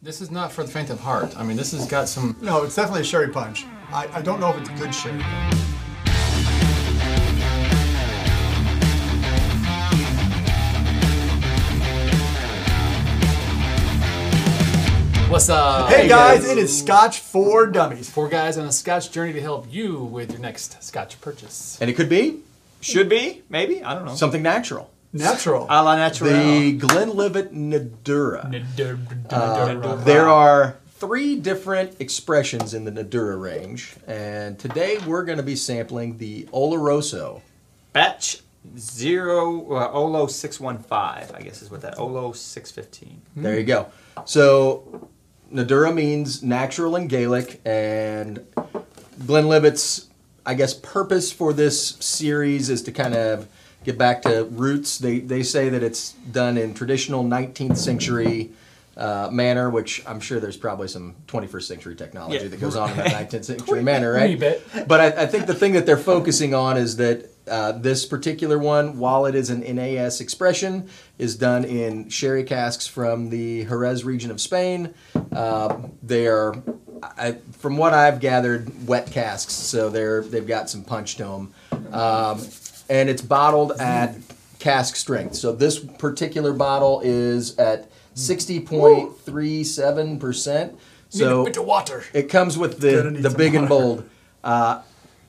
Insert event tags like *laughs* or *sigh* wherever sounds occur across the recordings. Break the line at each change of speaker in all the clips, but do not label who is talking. This is not for the faint of heart. I mean, this has got some.
No, it's definitely a sherry punch. I, I don't know if it's good sherry.
What's up?
Hey guys, it is Scotch for Dummies.
Four guys on a Scotch journey to help you with your next Scotch purchase.
And it could be
Should be, maybe. I don't know.
something natural.
Natural.
A la
The
naturelle.
Glenlivet Nadura.
Uh,
There are three different expressions in the Nadura range, and today we're going to be sampling the Oloroso.
Batch zero uh, Olo six one five. I guess is what that Olo six fifteen.
There you go. So Nadura means natural in Gaelic, and Glenlivet's, I guess, purpose for this series is to kind of get back to roots. They they say that it's done in traditional 19th century uh, manner, which I'm sure there's probably some 21st century technology
Yeah.
that goes on in that 19th century manner, right?
Wee bit.
But I, I think the thing that they're focusing on is that uh, this particular one, while it is an NAS expression, is done in sherry casks from the Jerez region of Spain. Uh, they are, I, from what I've gathered, wet casks, so they're they've got some punch to them, um, and it's bottled at cask strength. So this particular bottle is at sixty point three seven percent. So
Need a bit of water.
it comes with
Gonna
the
need
the
some
big and
water.
bold. Uh,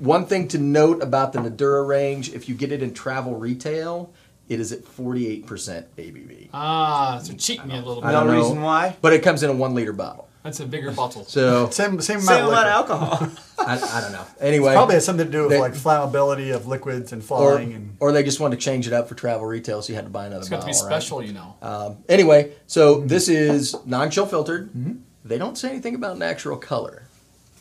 one thing to note about the Nadura range: if you get it in travel retail, it is at forty eight percent ABV.
Ah, so cheat me a little
I
bit.
don't
No
know.
reason why.
But it comes in a one liter bottle,
That's a bigger bottle.
*laughs*
so
Same same amount
Same
of
amount
liquid.
of alcohol.
*laughs* I, I don't know. Anyway,
Probably has something to do with
They-
like flammability of liquids and
or,
flying and
or they just wanted to change it up for travel retail, so you had to buy another
It's got to
bottle.
be
right?
special, you know.
Um, anyway, so
Mm-hmm.
this is non chill filtered. They don't say anything about natural color,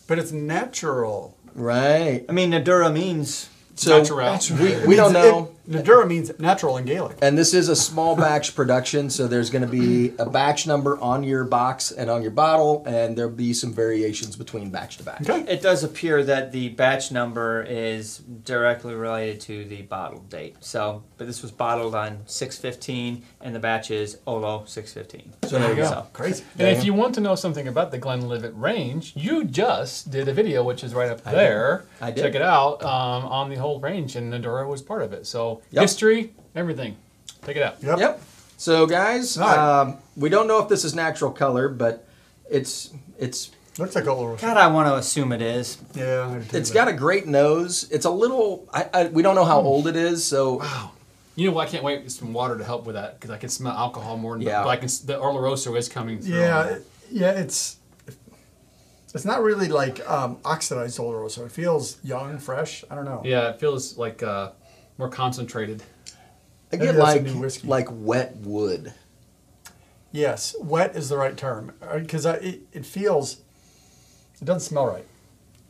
but it's natural.
right?
I mean, Nadura means
So
Natural.
we, we don't
It's- it-
know.
Nadura means natural in Gaelic.
And this is a small batch production, so there's going to be a batch number on your box and on your bottle, and there'll be some variations between batch to batch.
Okay.
it does appear that the batch number is directly related to the bottle date. So, but this was bottled on six fifteen, and the batch is Olo six fifteen.
So there you go.
So,
Crazy.
And if you want to know something about the Glenlivet range, you just did a video, which is right up there.
I did.
Check it out um, on the whole range, and Nadura was part of it. So
Yep.
history, everything. Check it out.
Yep.
Yep. So guys,
All right.
um, we don't know if this is natural color, but it's it's
Looks like Oloroso.
God, I want to assume it is.
Yeah. I
it's got a great nose. It's a little. I, I, we don't know
Mm.
how old it is, so
You know what? I can't wait for some water to help with that because I can smell alcohol more. Than
Yeah.
But I can, s- the Oloroso is coming through.
Yeah. it- Yeah. It's it's not really like um, oxidized Oloroso. It feels young, fresh. I don't know.
Yeah, it feels like uh, more concentrated.
I
Maybe
get
that's a
like
new whiskey.
like wet wood.
Yes, wet is the right term because it, it feels it doesn't smell right.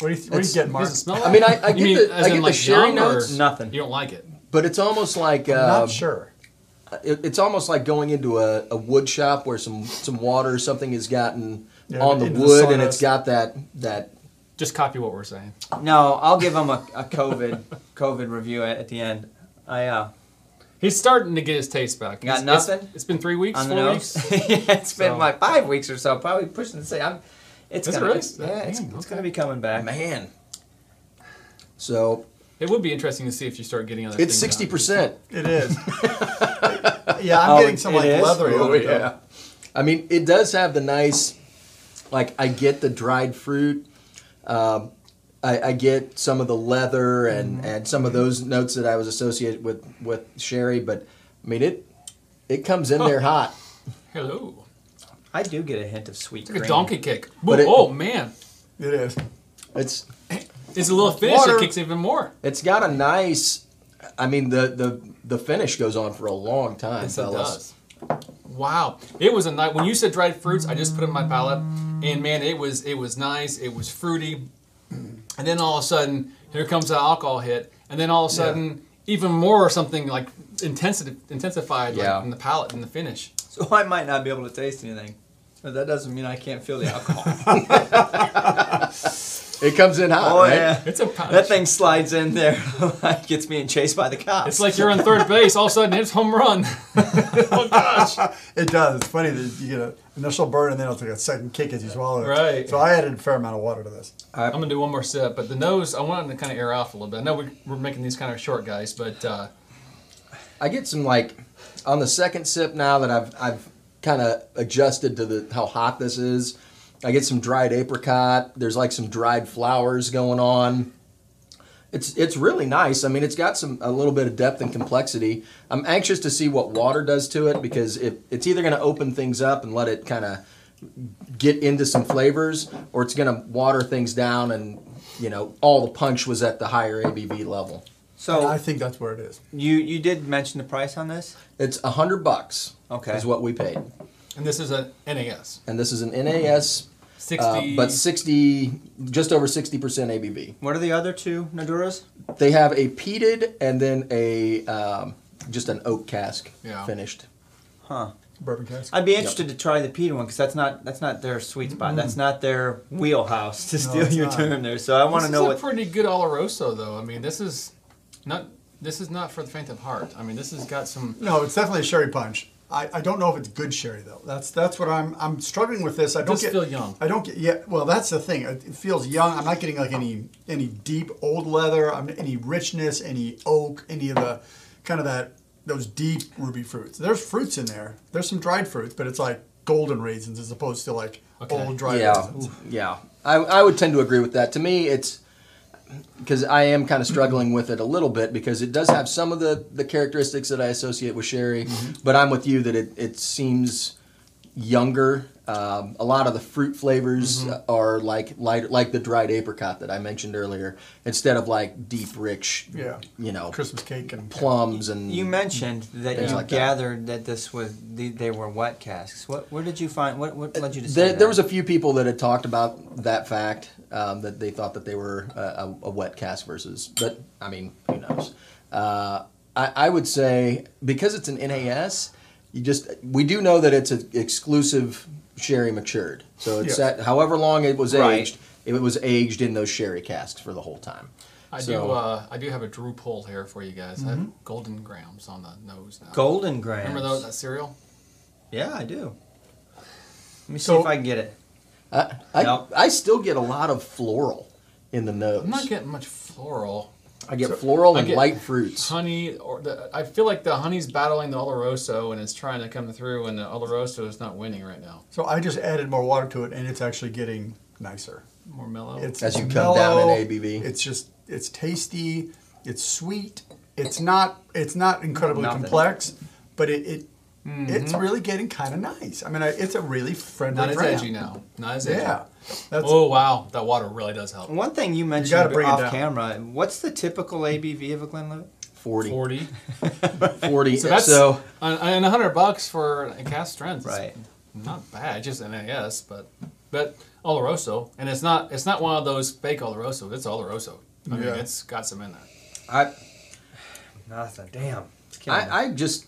What do you, what do you
It's-
get, Mark?
Does it smell
I
like-
mean, I- I
You
get
mean
the-
as
I
in,
get the
like
sherry
young or
notes.
Nothing.
You don't like it.
But it's almost like
I'm
uh,
not sure.
it, it's almost like going into a, a wood shop where some, some water or something has gotten
Yeah,
on the
into the
wood and it's
sawdust.
got that that
Just copy what we're saying.
No, I'll give him a, a
*laughs*
COVID COVID review at, at the end. I uh,
He's starting to get his taste back.
Got
He's- it's-
nothing?
it's been three weeks,
on the
four
nose.
weeks.
*laughs* yeah, it's
So-
been like five weeks or so. Probably pushing to say I'm. It's
Is it
gonna,
really?
yeah, it's,
Damn,
it's
okay.
gonna be coming back.
man. So
It would be interesting to see if you start getting other.
it's
things out.
sixty percent.
It is. yeah, I'm
Oh,
getting some
it
like
is?
leathery.
Oh,
on it, though.
I mean it does have the nice like I get the dried fruit. Um, I, I get some of the leather and,
Mm-hmm.
and some of those notes that I was associated with with sherry, but I mean it it comes in there hot.
Hello.
I do get a hint of sweet
It's like
cream.
a donkey kick.
But
Ooh,
it-
oh man,
It is.
It's
it's a little finish.
Water.
It kicks even more.
It's got a nice. I mean, the the the finish goes on for a long time,
Yes, it
fellas.
does. Wow, it was a night when you said dried fruits. I just put it in my palate, and man, it was it was nice. It was fruity, and then all of a sudden, here comes the alcohol hit, and then all of a sudden, even more something like intensi- intensified
Yeah.
like, in the palate and the finish.
So I might not be able to taste anything, but that doesn't mean I can't feel the alcohol.
It comes in hot,
Oh
right?
yeah,
It's a pouch.
that thing slides in there *laughs* like it's being chased by the cops.
It's like you're on third base. All of a sudden, it's home run. oh gosh!
It does. It's funny that you get an initial burn and then it's like a second kick as you swallow it.
Right.
So I added a fair amount of water to this.
I'm gonna do one more sip, but the nose. I wanted to kind of air off a little bit. I know we, we're making these kind of short, guys, but uh,
I get some like on the second sip now that I've I've kind of adjusted to the how hot this is. I get some dried apricot. There's like some dried flowers going on. It's it's really nice. I mean, it's got some a little bit of depth and complexity. I'm anxious to see what water does to it because it, it's either going to open things up and let it kind of get into some flavors, or it's going to water things down and you know all the punch was at the higher ABV level.
And I
so
think that's where it is.
you you did mention the price on this.
It's a hundred bucks.
Okay.
is what we paid.
and this is a NAS.
and this is an NAS, uh,
Sixty.
but 60, just over 60% ABV.
What are the other two Naduras?
They have a peated and then a um, just an oak cask
Yeah.
finished.
Huh.
Bourbon cask.
I'd be interested to try the Peter one because that's not that's not their sweet spot. That's not their wheelhouse to steal
it's
your
not.
term there. So I
this
want to
is
know
a
what.
pretty good Oloroso, though. I mean, this is not this is not for the faint of heart. I mean, this has got some.
No, it's definitely a sherry punch. I, I don't know if it's good sherry though. That's that's what I'm I'm struggling with this. I don't
does
get
feel young.
I don't get yeah. Well, that's the thing. It it feels young. I'm not getting like any any deep old leather. I'm any richness, any oak, any of the kind of that those deep ruby fruits. There's fruits in there. There's some dried fruits, but it's like golden raisins as opposed to like
Okay.
old dried
yeah,
raisins.
yeah. I, I would tend to agree with that. To me, it's because I am kind of struggling with it a little bit because it does have some of the, the characteristics that I associate with sherry, but I'm with you that it, it seems younger. Um, a lot of the fruit flavors are like light, like the dried apricot that I mentioned earlier, instead of like deep, rich,
Yeah.
you know,
Christmas cake and
plums and
You mentioned that
Mm. Things
you
like that.
gathered that. this was the, they were wet casks. What where did you find what what led you to say
There,
that?
there was a few people that had talked about that fact um, that they thought that they were a, a, a wet cast versus, but I mean, who knows? Uh, I, I would say because it's an NAS, you just we do know that it's an exclusive sherry matured, so it's
Yeah.
that however long it was
Right.
aged, it was aged in those sherry casks for the whole time.
I
So-
do. Uh, I do have a Drew pull here for you guys. I have golden grams on the nose now.
golden grams.
Remember those that cereal?
Yeah, I do. Let me see
So-
if I can get it.
I, I,
Now-
I still get a lot of floral in the nose.
I'm not getting much floral.
I get floral
I
and
get-
light fruits.
honey or the, I feel like the honey's battling the Oloroso and it's trying to come through and the Oloroso is not winning right now.
so I just added more water to it, and it's actually getting nicer.
More mellow.
It's
As you come down in ABV.
It's just it's tasty, it's sweet, it's not it's not incredibly
Nothing.
complex, but it, it it's really getting kind of nice. I mean, I, it's a really friendly
not as
brand.
edgy now. Not as edgy.
Yeah, that's
Oh wow, that water really does help.
One thing you mentioned
gotta bring it
off
down.
camera. What's the typical ABV of a Glenlivet?
40. 40.
Forty. *laughs* So
So,
that's and- and a hundred bucks for a cast strength. is
Right.
Not bad, just NAS, but but Oloroso, and it's not it's not one of those fake Oloroso. It's Oloroso. I mean,
Yeah.
it's got some in there.
I,
Nothing. Damn. It's killing me.
I, I just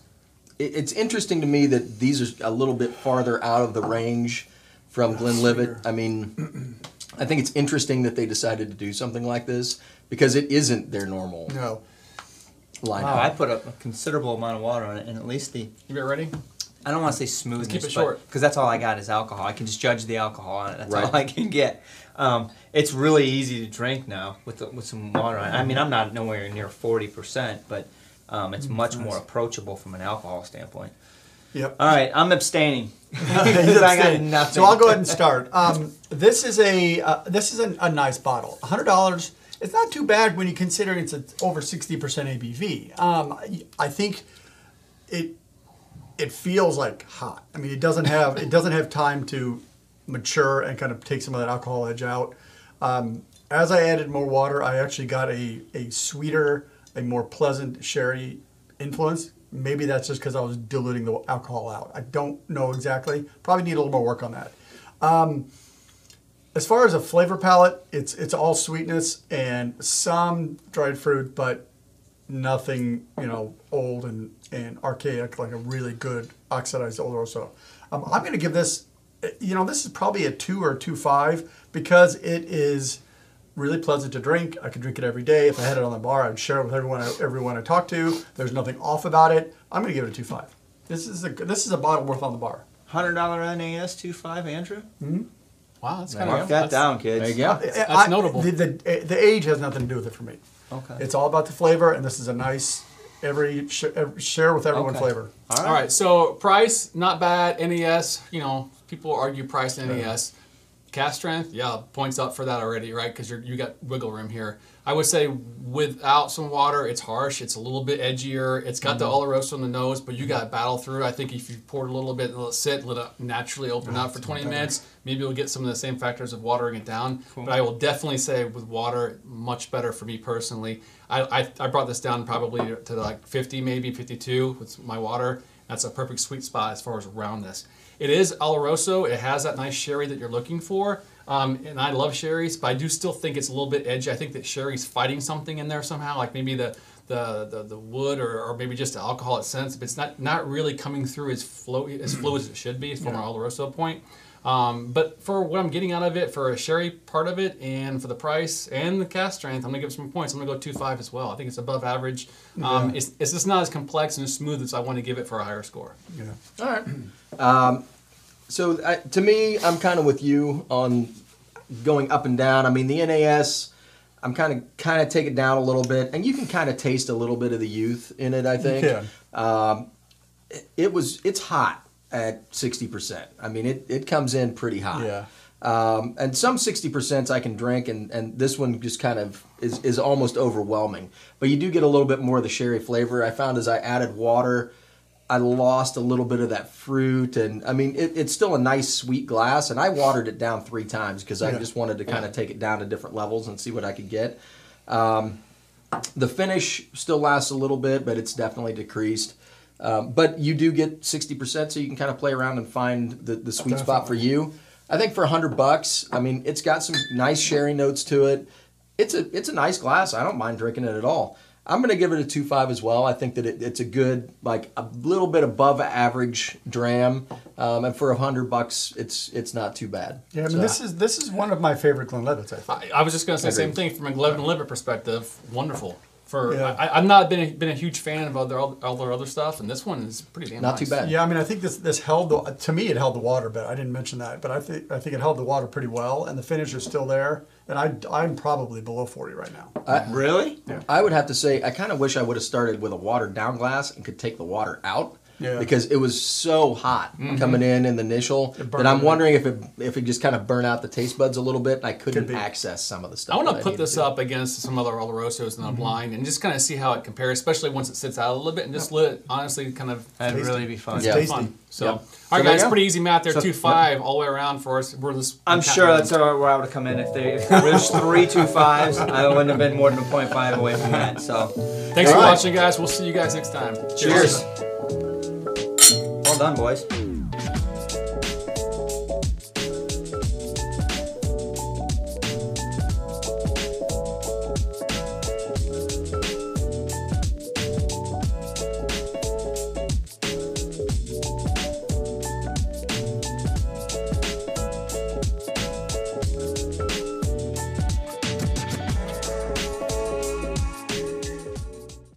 it, it's interesting to me that these are a little bit farther out of the range from Glenlivet. I mean, I think it's interesting that they decided to do something like this because it isn't their normal
no.
lineup.
Wow, Oh, I put a, a considerable amount of water on it, and at least the
You get ready?
I don't want to say smoothness,
Keep it short.
because that's all I got is alcohol. I can just judge the alcohol on it. That's
Right.
all I can get. Um, it's really easy to drink now with the, with some water on it. I mean, I'm not nowhere near forty percent, but um, it's much more approachable from an alcohol standpoint. *laughs*
Yep.
All right, I'm abstaining. *laughs*
He's
'Cause I got
abstaining.
nothing.
So I'll go ahead and start. Um, this is a uh, this is an, a nice bottle. Hundred dollars. It's not too bad when you consider it's a, over sixty percent ABV. Um, I, I think it it feels like hot. I mean, it doesn't have it doesn't have time to mature and kind of take some of that alcohol edge out. Um, as I added more water, I actually got a a sweeter, a more pleasant sherry influence. Maybe that's just because I was diluting the alcohol out. I don't know exactly. Probably need a little more work on that. Um, As far as a flavor palette, it's it's all sweetness and some dried fruit, but nothing you know old and, and archaic like a really good oxidized oloroso. Um, I'm going to give this, you know, this is probably a two or a two five because it is really pleasant to drink. I could drink it every day. If I had it on the bar, I'd share it with everyone I, everyone I talk to. There's nothing off about it. I'm going to give it a two five. This is a this is a bottle worth on the bar.
Hundred dollar NAS two five, Andrew.
Wow, that's kind
Mark
of
that down, kids.
There you go.
That's
notable.
The, the, the age has nothing to do with it for me.
Okay.
It's all about the flavor, and this is a nice every, sh- every share with everyone
Okay.
flavor.
All right.
All right, so price not bad. NES, you know, people argue price and NES. Cast strength, yeah, points up for that already, right? Because you you got wiggle room here. I would say without some water, it's harsh. It's a little bit edgier. It's got the oloroso on the nose, but you got to battle through. I think if you poured a little bit and let it sit, let it naturally open up for 20 minutes, maybe you'll get some of the same factors of watering it down. But I will definitely say with water, much better for me personally. I, I, I brought this down probably to like 50, maybe 52 with my water. That's a perfect sweet spot as far as roundness. It is Oloroso. It has that nice sherry that you're looking for. Um, and I love sherries, but I do still think it's a little bit edgy. I think that sherry's fighting something in there somehow, like maybe the the, the, the wood or, or maybe just the alcoholic sense. But it's not not really coming through as flow as flow as it should be from an Oloroso point. Um, but for what I'm getting out of it, for a sherry part of it, and for the price and the cast strength, I'm gonna give it some points. I'm gonna go two five as well. I think it's above average. Um, it's, it's just not as complex and as smooth as I want to give it for a higher score.
Yeah.
All right. Um, so I, to me, I'm kind of with you on going up and down. I mean, the NAS, I'm kind of kind of take it down a little bit, and you can kind of taste a little bit of the youth in it. I think
Yeah.
it was it's hot at sixty percent. I mean, it it comes in pretty hot.
Yeah.
Um, and some 60% I can drink, and, and this one just kind of is, is almost overwhelming. But you do get a little bit more of the sherry flavor. I found as I added water, I lost a little bit of that fruit. And I mean, it, it's still a nice sweet glass, and I watered it down three times because I just wanted to kind of take it down to different levels and see what I could get. The finish still lasts a little bit, but it's definitely decreased. Um, but you do get 60%, so you can kind of play around and find the, the sweet spot for you. I think for 100 bucks, I mean, it's got some nice sherry notes to it. It's a it's a nice glass. I don't mind drinking it at all. I'm going to give it a two five as well. I think that it, it's a good, like a little bit above average dram. Um, and for 100 bucks, it's it's not too bad.
Yeah, I mean,
So-
this is this is one of my favorite Glenlivets. I think.
I, I was just going to say the same thing from a Glenn Libbert perspective. Wonderful. For
Yeah.
I, I've not been a, been a huge fan of other all their other stuff, and this one is pretty damn
Not too
nice.
bad.
Yeah, I mean, I think this this held the to me it held the water, but I didn't mention that. But I think I think it held the water pretty well, and the finish is still there. And I I'm probably below forty right now.
Really?
I would have to say I kind of wish I would have started with a watered down glass and could take the water out.
Yeah.
Because it was so hot
Mm-hmm.
coming in in the initial that I'm
burned.
wondering if it if it just kind of burnt out the taste buds a little bit and I couldn't
be.
access some of the
I
stuff.
want
that
to put
needed
this
to. Mm-hmm.
up against some other Olorosos in the blind and just kind of see how it compares, especially once it sits out a little bit and just let it honestly kind of
That'd
Tasty.
really be fun.
Yeah.
fun.
Tasty.
So,
Yep.
all
So
right,
there you
guys,
go.
pretty easy math there.
So-
two five all the way around for us. We're just,
I'm
we're
sure
counting.
that's where I would have come in if they if there was three two fives, I wouldn't have been more than a point five away from that. So
Thanks
All
for
right.
watching, guys. We'll see you guys next time.
Cheers.
well done, boys.